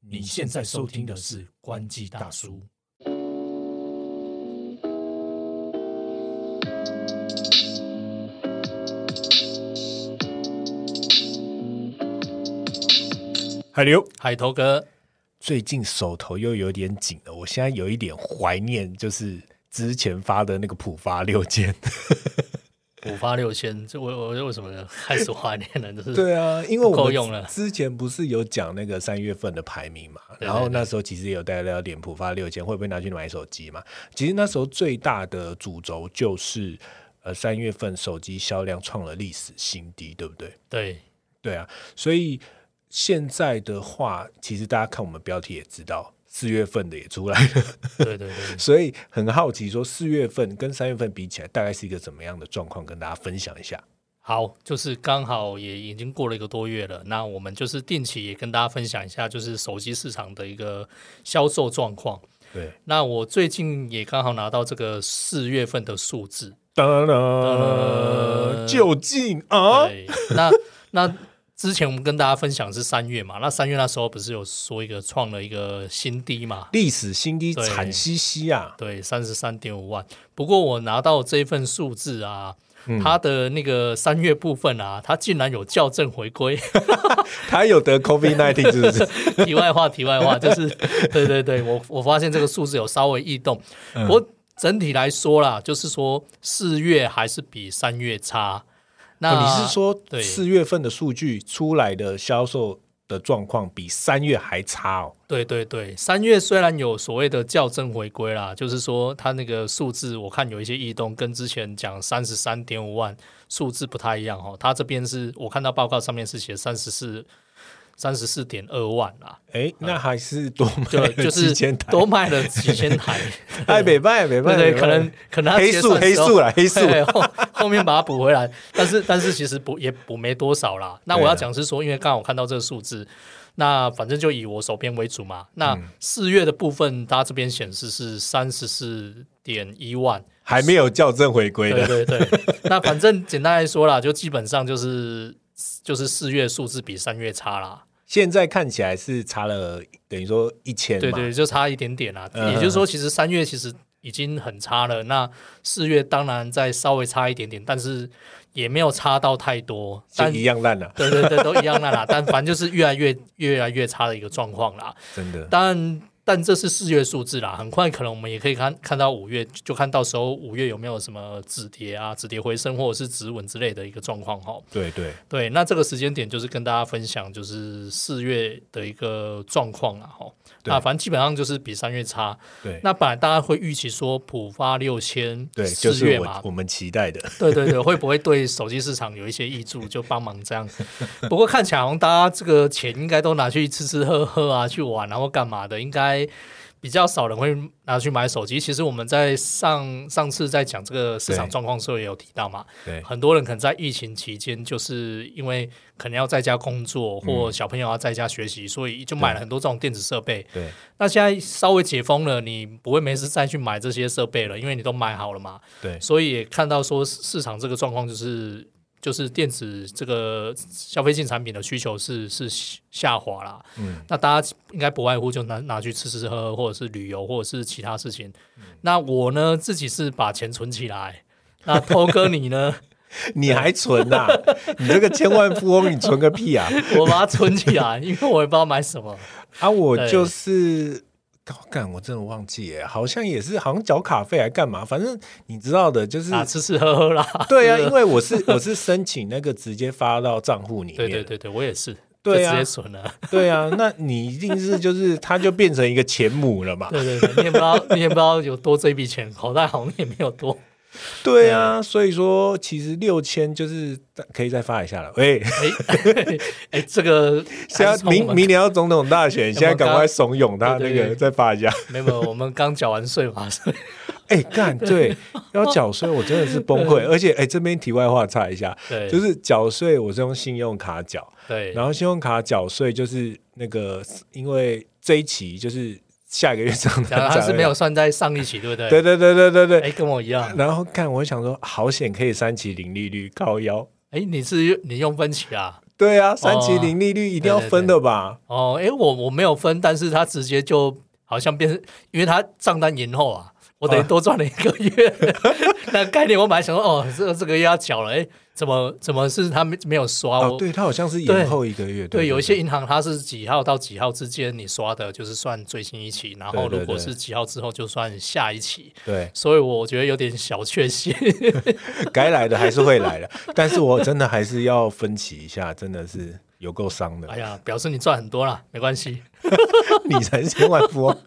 你现在收听的是《关机大叔》。海流，海头哥，最近手头又有点紧了，我现在有一点怀念，就是之前发的那个浦发六件。五发六千，这我我为什么呢？开始怀念了，就是对啊，因为我不够们用了之前不是有讲那个三月份的排名嘛，对然后那时候其实也有带到脸谱发六千，会不会拿去买手机嘛？其实那时候最大的主轴就是，呃，三月份手机销量创了历史新低，对不对？对对啊，所以现在的话，其实大家看我们标题也知道，四月份的也出来嗯了，对对对，所以很好奇说四月份跟三月份比起来，大概是一个怎么样的状况，跟大家分享一下。好，就是刚好也已经过了一个多月了，那我们就是定期也跟大家分享一下，就是手机市场的一个销售状况。对，那我最近也刚好拿到这个四月份的数字，当当然，究竟啊，对，那那之前我们跟大家分享是三月嘛，那三月那时候不是有说一个创了一个新低嘛？历史新低，对惨兮兮啊！对，三十三点五万。不过我拿到这份数字啊，嗯它的那个三月部分啊，它竟然有校正回归。 他有得 COVID nineteen 是不 是？题外话，题外话，就是对对对，我我发现这个数字有稍微异动。嗯不过整体来说啦，就是说四月还是比三月差。那、哦你是说啊对四月份的数据出来的销售的状况比三月还差哦？对对对，三月虽然有所谓的校正回归啦，就是说它那个数字我看有一些异动，跟之前讲三十三点五万数字不太一样哦。它这边是我看到报告上面是写三十四三十四点二万啦，哎，那还是多买啊 就了就几是千台，多卖了几千台。哎，北拜北对拜，对，北可拜能可能它黑结素算的时黑候素 啦黑素对后后面把它补回 来，但是但是其实补也补没多少啦。那我对啊要讲是说，因为刚好看到这个数字，那反正就以我手边为主嘛。嗯那四月的部分，它这边显示是三十四点一万，还没有校正回归对的，对对。 那反正简单来说啦，就基本上就是就是四月数字比三月差啦。现在看起来是差了等于说一千对嘛，对，就差一点点啦、嗯也就是说，其实三月其实已经很差了，那四月当然再稍微差一点点，但是也没有差到太多。就但一对样烂了， 对对，都一样的啦。但反正就是越来越越来越差的一个状况啦。真的。但但这是四月数字啦，很快可能我们也可以看看到五月，就看到时候五月有没有什么止跌啊、止跌回升或者是止稳之类的一个状况哈。对对，对，那这个时间点就是跟大家分享，就是四月的一个状况了哈。对那反正基本上就是比三月差。对那本来大家会预期说浦发六千，对，就四是月我嘛，我们期待的。对对对，会不会对手机市场有一些益助，就帮忙这样？不过看起来好像大家这个钱应该都拿去吃吃喝喝啊，去玩然后干嘛的，应该。比较少人会拿去买手机。其实我们在上上次在讲这个市场对状况的时候也有提到嘛，对很多人可能在疫情期间，就是因为可能要在家工作嗯或小朋友要在家学习，所以就买了很多这种电子设备。对那现在稍微解封了，你不会没事再去买这些设备了，因为你都买好了嘛。对所以也看到说市市场这个状况就是。就是电子这个消费性产品的需求是是下滑啦，嗯，那大家应该不外乎就拿拿去吃吃喝喝，或者是旅游，或者是其他事情。嗯那我呢自己是把钱存起来，那涛哥你呢？ 你还存呐、你这个千万富翁，你存个屁 啊！我把它存起来，因为我也不知道买什么。啊，我对就是，哦干、我真的忘记耶，好像也是，好像缴卡费还干嘛？反正你知道的，就是、啊，吃吃喝喝啦。对啊，是因为我是 我是申请那个直接发到账户里面， 对对对对，我也是，对啊就直接存了。对啊，那你一定是就是，它就变成一个钱母了嘛？ 对对对，你也不知道，你也不知道有多这笔钱，口袋好像也没有 多。对啊，所以说其实六千就是可以再发一下了。喂，哎 哎，这个 现在明明年要总统大 选，现在赶快怂恿他对那对个对再发一下。没有没有，我们刚缴完税嘛，所以 哎，干对，要缴税，我真的是崩溃。 而且，哎，这边题外话插一下，对，就是缴税，我是用信用卡缴，对，然后信用卡缴税就是那个，因为这一期就是下个月上的然后才它会是没有，算在上一期，对不对？对对对对对对。哎，跟我一样。然后看，我想说，好险可以三期零利率高腰，哎，你是你用分期啊？对啊，三期零利率一定要对对分的吧？哦，诶，我我没有分，但是他直接就好像变成，因为他账单延后啊，我等于啊多赚了一个月。 那概念我本来想说，哦，这这个要缴了，诶，怎么怎么是他没没有刷我？哦，对，它好像是对延后一个月。对，有一些银行它是几号到几号之间你刷的，就是算最新一期，然后对对如果对是几号之后就算下一期。对所以我觉得有点小确幸。 该来的还是会来的， 但是我真的还是要分歧一下，真的是有够伤的哎。呀，表示你赚很多啦，没关系。 你才是千万富翁。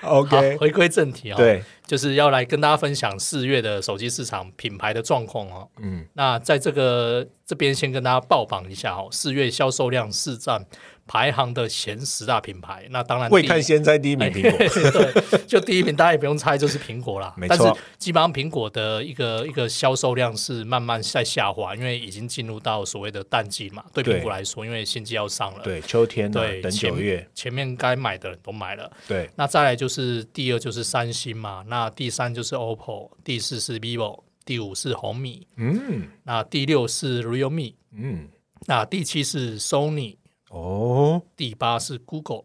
好，OK，，回归正题啊、哦，对，就是要来跟大家分享四月的手机市场品牌的状况哦。嗯，那在这个这边先跟大家报榜一下哦，四月销售量市占排行的前十大品牌，那当然未第一看先猜第一名苹哎果， 对，就第一名大家也不用猜，就是苹果啦。没但错是基本上苹果的一个一个销售量是慢慢在下滑，因为已经进入到所谓的淡季嘛。对苹对果来说，因为新机要上了，对，秋天啊对，等前九月，前面该买的人都买了。对，那再来就是第二就是三星嘛，那第三就是 OPPO，第四是 vivo，第五是红米，嗯那第六是 realme，嗯，那第七是 Sony，哦，第八是 Google，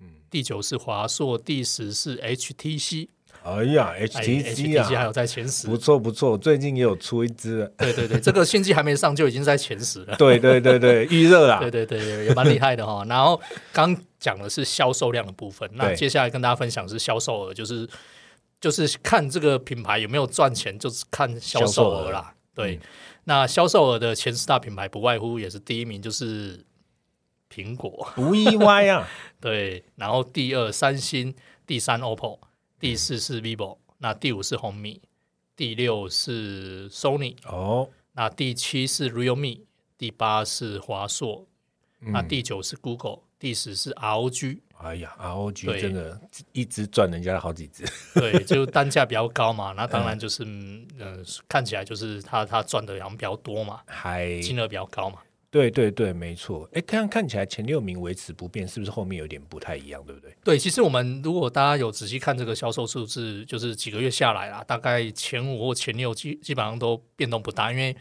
嗯第九是华硕，第十是 HTC，哎呀哎，HTC ，HTC 还啊，有在前十不，错不错，最近也有出一支，对对对，这个新机还没上就已经在前十了。对对对 对，预热啊啦对，对对，对也蛮厉害的 哈、然后刚讲的是销售量的部分，那对接下来跟大家分享是销售额，就是就是看这个品牌有没有赚钱，就是看销售额嗯啦。对，那销售额的前十大品牌不外乎也是第一名就是苹 果，不意外啊，对，然后第二三星，第三 OPPO，第四是 vivo，那第五是红米，第六是 Sony，哦，那第七是 realme，第八是华硕，那第九是 Google，第十是 ROG，哎呀，ROG 对真的一直赚人家好几只，对， 就单价比较高嘛，那当然就是嗯、呃看起来就是它它赚的好像比较多嘛，还金额比较高嘛。对对对，没错，哎，看看起来前六名维持不变，是不是后面有点不太一样，对不对？对，其实我们如果大家有仔细看这个销售数字，就是几个月下来啦，大概前五或前六基基本上都变动不大，因为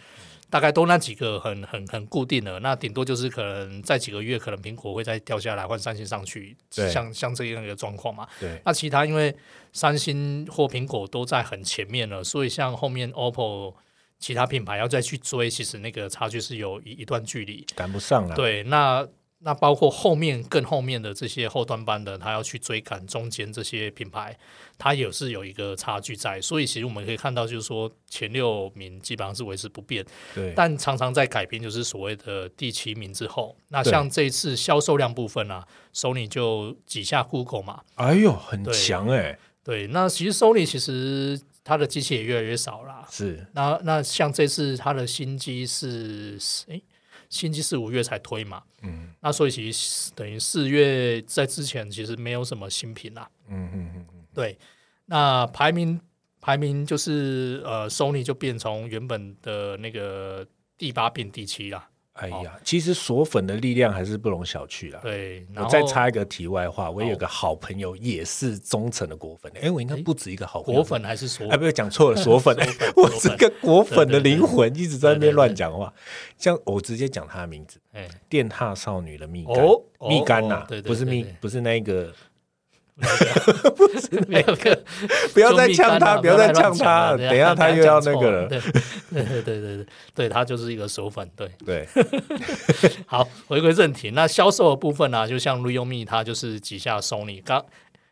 大概都那几个很很很固定的，那顶多就是可能在几个月，可能苹果会再掉下来，换三星上去，对像像这样一个状况嘛。对，那其他因为三星或苹果都在很前面了，所以像后面 OPPO 其他品牌要再去追，其实那个差距是有一一段距离。赶不上啊了，对，那那包括后面更后面的这些后端班的，他要去追赶中间这些品牌，它也是有一个差距在。所以其实我们可以看到，就是说前六名基本上是维持不变，对，但常常在改编，就是所谓的第七名之后。那对像这一次销售量部分啊，Sony 就挤下 Google 嘛，哎呦，很对强哎，对，那其实 Sony 其实它的机器也越来越少啦。是，那那像这次它的新机是诶，新机是五月才推嘛，嗯那所以其实等于四月在之前其实没有什么新品啦。嗯嗯嗯嗯，对，那排名排名就是呃，Sony 就变从原本的那个第八变第七啦。哎呀，其实锁粉的力量还是不容小觑啦。对，然我后再插一个题外话，我有个好朋友也是忠诚的果粉，哎，我应该不止一个好朋友果，粉还是说哎，不是讲错了，锁粉锁粉， 我锁是粉个果粉的对对对灵魂，一直在那对对边对乱讲话。像我直接讲她的名字，哎电踏少女的蜜柑哦，哦蜜柑哦呐对，对不是对蜜对，不是那个，啊没有哎个不要再就蜜柑呛啊他，不不要再乱呛讲啊他，等一下他大家又要那讲错个了了。对对对对对对，他就是一个手粉。对，对，好，回归正题，那销售的部分呢、就像 Realme 它就是挤下 Sony，刚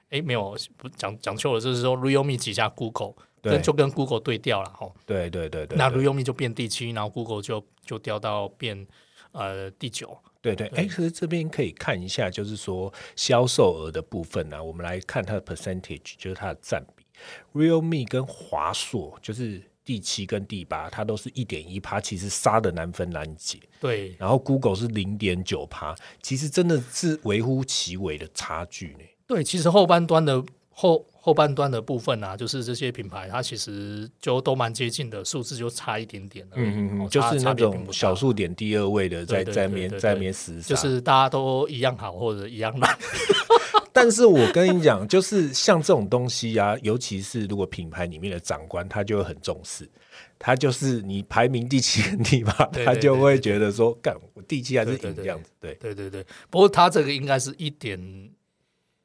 哎没有不讲讲错了，就是说 Realme 挤下 Google，对跟就跟 Google 对调了哈。对对对对，那对 Realme 就变第七，然后 Google 就就掉到变呃第九。对对，哎，对可是这边可以看一下，就是说销售额的部分啊呢、我们来看它的 percentage，就是它的占比。Realme 跟华硕就是第七跟第八，它都是一点一趴，其实杀的难分难解。对，然后 Google 是零点九趴，其实真的是微乎其微的差距呢。对，其实后半端的后后半段的部分啊，就是这些品牌它其实就都蛮接近的，数字就差一点点而已。嗯嗯哦嗯，就是差那差别并不种大小数啊点第二位的，在对对在对面对在对面厮杀，就是大家都一样好或者一样烂。 但是我跟你讲，就是像这种东西啊，尤其是如果品牌里面的长官，他就会很重视。他就是你排名第七 的地方，对对他就会觉得说，干我第七还是对对赢这对样子。对，对对对，不过它这个应该是一点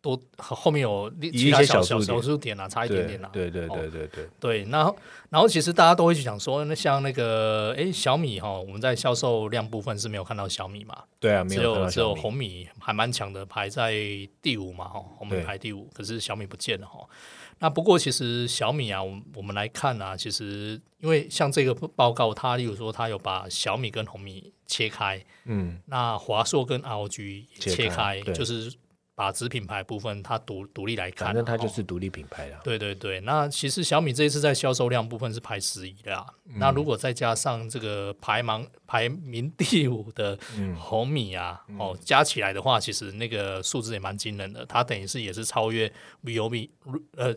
多，后面有另一其他些小小小数点小数点啊，差一点点啦、啊。对对哦对对对，对，然后然后其实大家都会去讲说，那像那个哎小米哈、我们在销售量部分是没有看到小米嘛，对啊，没只有看有到只小有米红米还蛮强的，排在第五嘛哈、红米对排第五，可是小米不见了哈、那不过其实小米啊，我们我们来看啊，其实因为像这个报告，它例如说它有把小米跟红米切开，嗯，那华硕跟 ROG 也切切开开，对就是把子品牌部分它独独立来看啊，反正它就哦是独立品牌啦。对对对，那其实小米这一次在销售量部分是排十一的啦。那如果再加上这个排名排名第五的红米啊，哦，加起来的话，其实那个数字也蛮惊人的。它等于是也是超越 vivo 呃，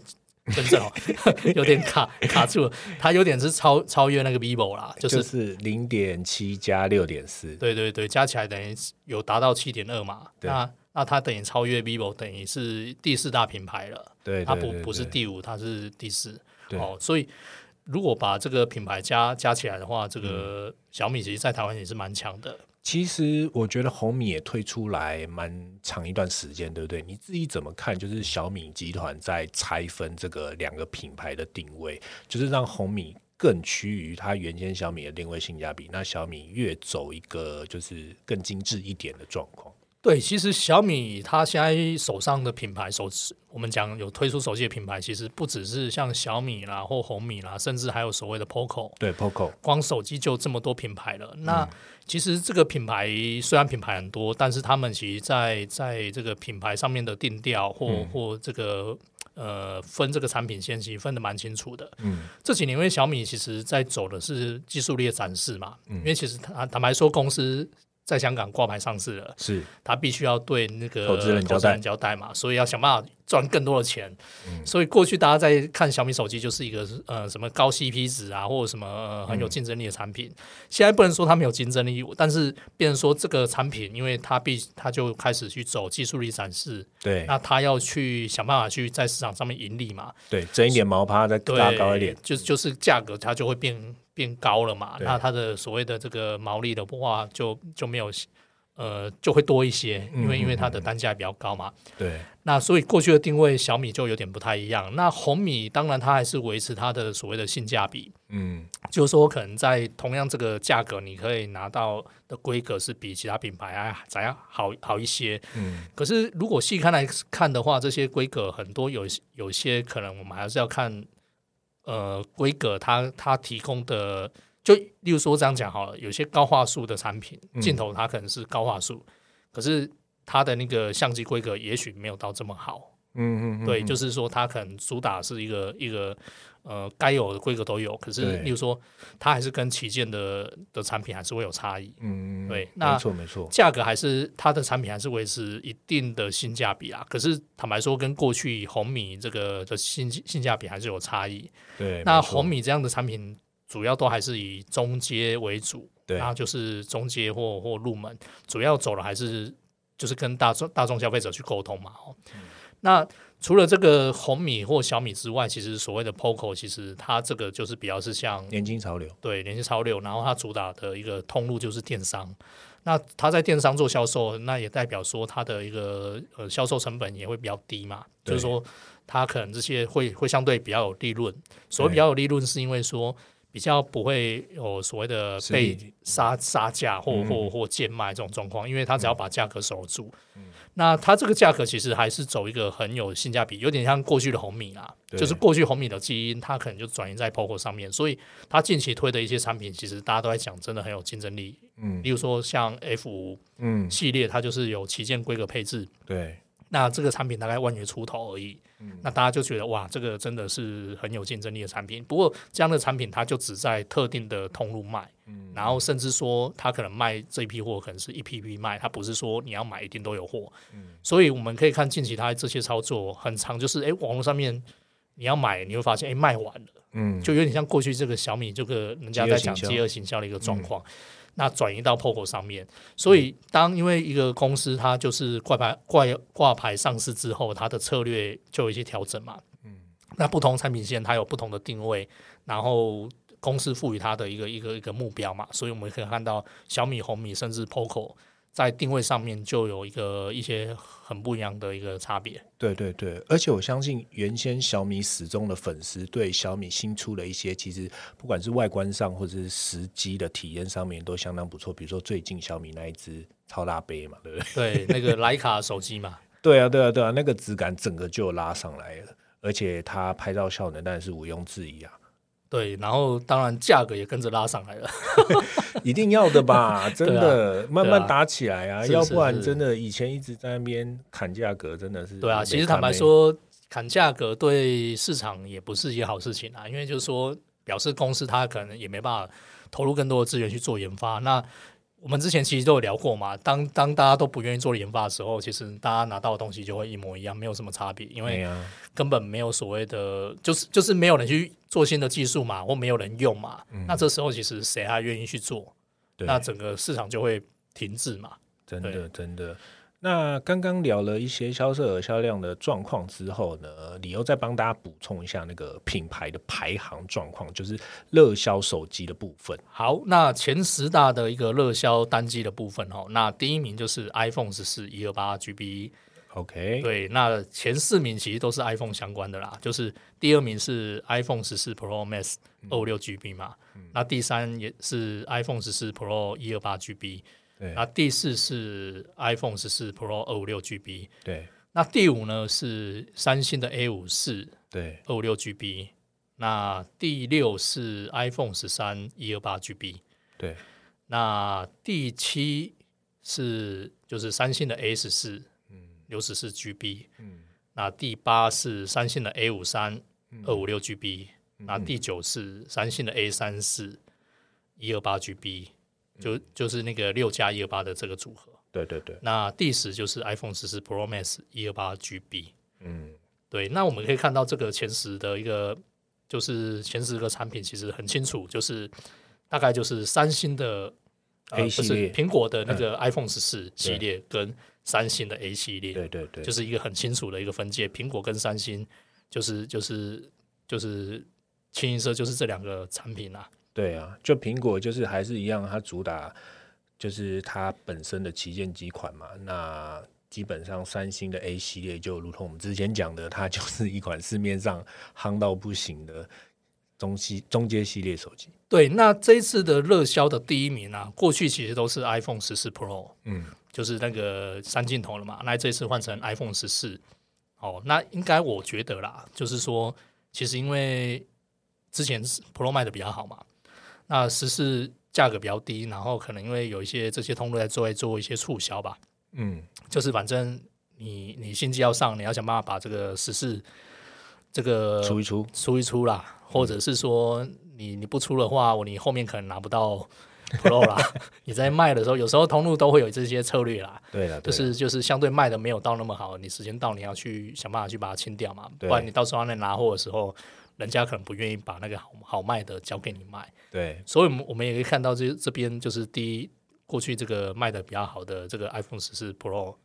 真正哦， 有点卡卡住了，它有点是超超越那个 vivo 啦，就是就是零点七加六点四，对对对，加起来等于是有达到七点二嘛。对那那它等于超越 vivo，等于是第四大品牌了。对，它对不对不是对第五，它是第四。对哦，所以如果把这个品牌加加起来的话，这个小米其实在台湾也是蛮强的。其实我觉得红米也推出来蛮长一段时间，对不对？你自己怎么看？就是小米集团在拆分这个两个品牌的定位，就是让红米更趋于它原先小米的定位性价比，那小米越走一个就是更精致一点的状况。对，其实小米它现在手上的品牌手持，我们讲有推出手机的品牌，其实不只是像小米啦或红米啦，甚至还有所谓的 POCO。对，POCO 光手机就这么多品牌了，那其实这个品牌虽然品牌很多，但是他们其实在在这个品牌上面的定调或、或这个呃分这个产品线，其实分的蛮清楚的。嗯，这几年因为小米其实在走的是技术力的展示嘛，因为其实坦坦白说，公司在香港挂牌上市了，是他必须要对那个投资人交代嗯交代嘛，所以要想办法赚更多的钱。所以过去大家在看小米手机就是一个呃什么高 CP 值啊，或者什么、呃很有嗯竞争力的产品。现在不能说它没有竞争力，但是变成说这个产品，因为它必它就开始去走技术力展示，对那它要去想办法去在市场上面盈利嘛，对，增一点毛趴再对，拉高一点，就就是价格它就会变变高了嘛，对那它的所谓的这个毛利的话就就没有呃就会多一些，嗯因为因为它的单价比较高嘛。对那所以过去的定位小米就有点不太一样，那红米当然它还是维持它的所谓的性价比，嗯就是说可能在同样这个价格，你可以拿到的规格是比其他品牌啊还怎样好好一些，嗯，可是如果细看来看的话，这些规格很多有有些可能我们还是要看，呃，规格它它提供的，就例如说这样讲好了，有些高画素的产品嗯镜头它可能是高画素，可是它的那个相机规格也许没有到这么好，嗯嗯嗯，对，嗯就是说它可能主打是一个一个呃该有的规格都有，可是对例如说它还是跟旗舰的的产品还是会有差异，嗯嗯嗯对那没错没错，价格还是它的产品还是维持一定的性价比啊啦。可是坦白说，跟过去红米这个的性性价比还是有差异。对，没那错红米这样的产品主要都还是以中阶为主，对那就是中阶或或入门，主要走的还是就是跟大众大众消费者去沟通嘛。哦，那除了这个红米或小米之外，其实所谓的 POCO，其实它这个就是比较是像年轻潮流，对，联系超六，然后它主打的一个通路就是电商。那它在电商做销售，那也代表说它的一个呃销售成本也会比较低嘛，对就是说它可能这些会会相对比较有利润。所谓对比较有利润，是因为说比较不会有所谓的实被体杀杀价或或或贱卖这种状况，因为它只要把价格守住。那它这个价格其实还是走一个很有性价比，有点像过去的红米啦，对就是过去红米的基因，它可能就转移在 POCO 上面，所以它近期推的一些产品，其实大家都在讲，真的很有竞争力。嗯例如说像 F 五嗯系列，它就是有旗舰规格配置，对那这个产品大概万元出头而已，嗯那大家就觉得哇，这个真的是很有竞争力的产品。不过这样的产品它就只在特定的通路卖，然后甚至说它可能卖这一批货可能是一批批卖，它不是说你要买一定都有货。所以我们可以看近期它这些操作很长，就是诶，网络上面你要买，你会发现诶，卖完了。嗯，就有点像过去这个小米这个人家在讲饥饿行销嗯的一个状况，那转移到 POGO 上面。所以当因为一个公司它就是挂牌挂挂牌上市之后，它的策略就有一些调整嘛。嗯，那不同产品线它有不同的定位，然后公司赋予它的一个一个一个目标嘛，所以我们可以看到小米、红米甚至 POGO。在定位上面就有一个一些很不一样的一个差别，对对对，而且我相信原先小米始终的粉丝对小米新出的一些，其实不管是外观上或者是实机的体验上面都相当不错。比如说最近小米那一只超大杯嘛，对不对？ 对那个徕卡手机嘛，对啊，对啊，对啊，那个质感整个就拉上来了，而且它拍照效能当然是毋庸置疑啊，对，然后当然价格也跟着拉上来了。一定要的 吧？真的，慢慢对啊打起来啊，是要是不然是真的以前一直在那边砍价格，真的是对啊，没其实看坦白没说，砍价格对市场也不是一件好事情啊，因为就是说，表示公司它可能也没办法投入更多的资源去做研发。那我们之前其实都有聊过嘛，当当大家都不愿意做研发的时候，其实大家拿到的东西就会一模一样，没有什么差别，因为没啊，根本没有所谓的，就是就是没有人去做新的技术嘛，或没有人用嘛。那这时候其实谁还愿意去做？对那整个市场就会停滞嘛。真对的真的。那刚刚聊了一些销售额销量的状况之后呢，李又再帮大家补充一下那个品牌的排行状况，就是热销手机的部分。好，那前十大的一个热销单机的部分哦，那第一名就是 iPhone 十四一二 E 八 GB， OK，对，那前四名其实都是 iPhone 相关的啦，就是第二名是 iPhone 十四 Pro Max 二五六 GB 嘛，那第三也是 iPhone 十四 Pro 一二八 GB，对那第四是 iPhone 十四 Pro 二五六 GB，对那第五呢是三星的 A 五四对二五六 GB，那第六是 iPhone 十三一二八 GB。对那第七是就是三星的 A 十四，嗯，六十四 GB，嗯，嗯那第八是三星的 A 五三二五六 GB，那第九是三星的 A 三四一二八 GB，就就是那个六加一二八的这个组合。对对对，那第十就是 iPhone 十四 Pro Max 一二八 GB，嗯，对，那我们可以看到这个前十的一个，就是前十个产品其实很清楚，就是大概就是三星的、呃、 A 不是系列嗯苹果的那个 iPhone 十四系列跟三星的 A 系列，对对对，就是一个很清楚的一个分界。苹果跟三星就是就是就是清一色就是这两个产品啊。对啊，就苹果就是还是一样，它主打就是它本身的旗舰机款嘛。那基本上三星的 A 系列就如同我们之前讲的，它就是一款市面上夯到不行的中系中阶系列手机。对，那这一次的热销的第一名啊，过去其实都是 iPhone 十四 Pro，嗯，就是那个三镜头了嘛。那这次换成 iPhone 十四，哦，那应该我觉得啦，就是说，其实因为之前是 Pro 卖的比较好嘛，那十四价格比较低，然后可能因为有一些这些通路在做做一些促销吧，嗯，就是反正你你新机要上，你要想办法把这个十四这个出一出，出一出啦，或者是说你你不出的话，我你后面可能拿不到 Pro 啦。 你在卖的时候，有时候通路都会有这些策略啦，对了，就对啦啊是就是相对卖的没有到那么好，你时间到你要去想办法去把它清掉嘛，不对然你到时候在拿货的时候，人家可能不愿意把那个好好卖的交给你卖。对所以我们我们也可以看到这这边就是第一过去这个卖的比较好的这个 iPhone 十四 Pro。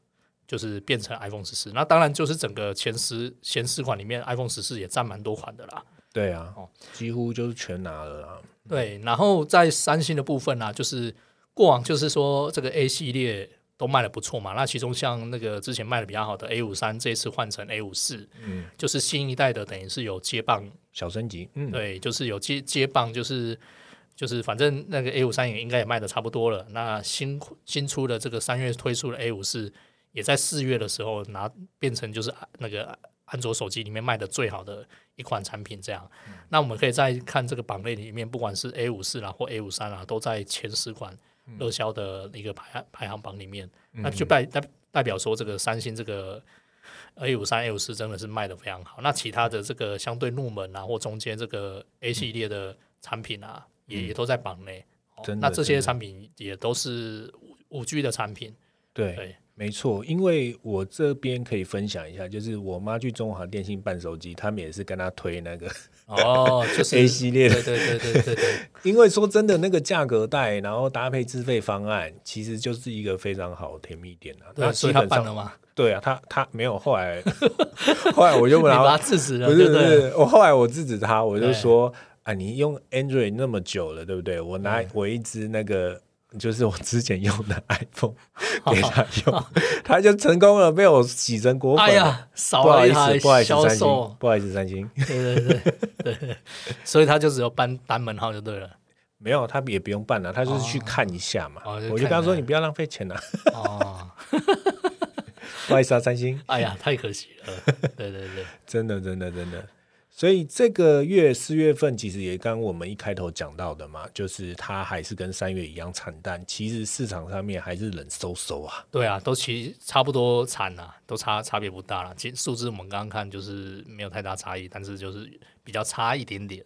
就是变成 iPhone 十四，那当然就是整个前十前十款里面，iPhone 十四也占蛮多款的啦。对啊哦，几乎就是全拿了啦。对，然后在三星的部分呢、就是过往就是说这个 A 系列都卖的不错嘛，那其中像那个之前卖的比较好的 A 五三，这一次换成 A 五四，嗯，就是新一代的等于是有接棒，小升级，嗯，对，就是有接接棒，就是就是反正那个 A 五三也应该也卖的差不多了，那新新出的这个三月推出的 A 五四，也在四月的时候拿变成就是那个安卓手机里面卖的最好的一款产品，这样。那我们可以再看这个榜类里面，不管是 A 五四啦或 A 五三啦，都在前十款热销的一个排排行榜里面，那就代代代表说这个三星这个 A 五三、A 五四真的是卖的非常好。那其他的这个相对入门啊，或中间这个 A 系列的产品啊，也也都在榜内。哦嗯真的那这真些的产品也都是五 G 的 产品。对，对没错，因为我这边可以分享一下，就是我妈去中华电信办手机，他们也是跟她推那个，哦，就是 A 系列的对对对对对 对，因为说真的，那个价格带，然后搭配自费方案，其实就是一个非常好的甜蜜点啊。那对，基所以他本办上了吗？对啊，他他没有，后 来后来我就你问把他他，制止了，不对是不对？是，我后来我制止他，我就对说啊，你用 Android 那么久了，对不对？我拿我一支那个。就是我之前用的 iPhone 给他用，他就成功了，被我洗成果粉了。哎呀，少不好了意他思，不好意思，销三星售，，不好意思，三星，对对对对对， 所以他就只有办单门号就对了。没有，他也不用办了，他就是去看一下嘛。哦就我就跟看他说，一下你不要浪费钱了， 哦，不好意思啊，三星，哎呀，太可惜了。对对对，真的，真的，真的。所以这个月四月份，其实也刚我们一开头讲到的嘛，就是它还是跟三月一样惨淡。其实市场上面还是冷飕飕啊，对啊，都其实差不多惨啦，都差差别不大啦。其实数字我们刚刚看就是没有太大差异，但是就是比较差一点点。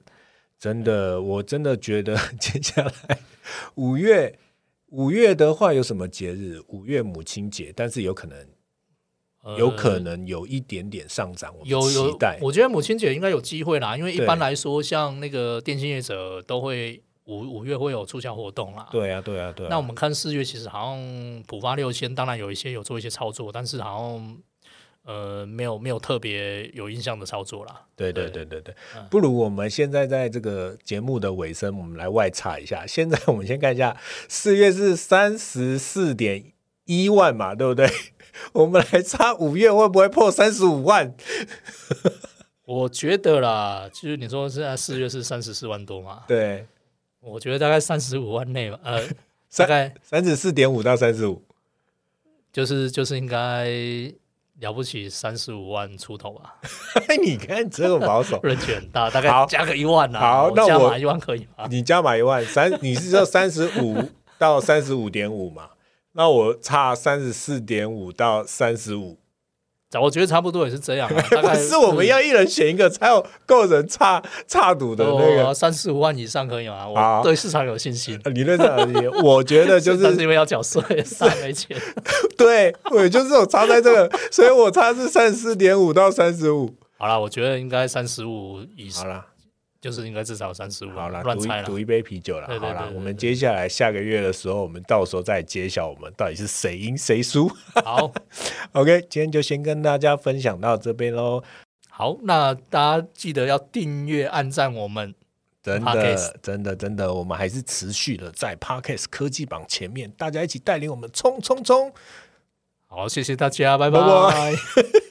真的，我真的觉得接下来 五月五月的话有什么节日？五月母亲节，但是有可能呃有可能有一点点上涨，我们有期有待，。我觉得母亲节应该有机会啦，因为一对般来说，像那个电信业者都会五五月会有促销活动啦。对啊，对啊，对啊。那我们看四月，其实好像浦发六千，当然有一些有做一些操作，但是好像呃没有没有特别有印象的操作啦。对对对对嗯对对，不如我们现在在这个节目的尾声，我们来外插一下。现在我们先看一下，四月是三十四点一万嘛，对不对？ 我们来插五月会不会破三十五万？我觉得啦，就是你说现在四月是三十四万多嘛，对，我觉得大概三十五万内吧，呃， 大三概三十四点五到三十五， 就是就是应该了不起三十五万出头吧，，你看这个保守 人气很大，大好概加个一万啦。啊好那加我码一万可以吗？你加码一万三，你是说三十五到三十五点五嘛？那我差三十四点五到三十五，我觉得差不多也是这样 啊，大不概是我们要一人选一个，才有够人差差赌的那个。三十五万以上可以吗？好我对市场有信心。理论上而言，我觉得就 但是是因为要缴税，上没钱。对我就是有差在这个，所以我差是三十四点五到三十五。好啦，我觉得应该三十五以好上，啦，就是应该至少三十五。好啦，乱赌猜一啦。赌一杯啤酒啦。对对好啦对，对我对们对接下来下个月的时候，我们到时候再揭晓我们到底是谁赢谁 输。好 OK，今天就先跟大家分享到这边喽。好，那大家记得要订阅、按赞我们。真 Podcast 的，真的，真的，我们还是持续的在 Podcast 科技榜前面，大家一起带领我们冲冲冲！好，谢谢大家，拜拜拜拜。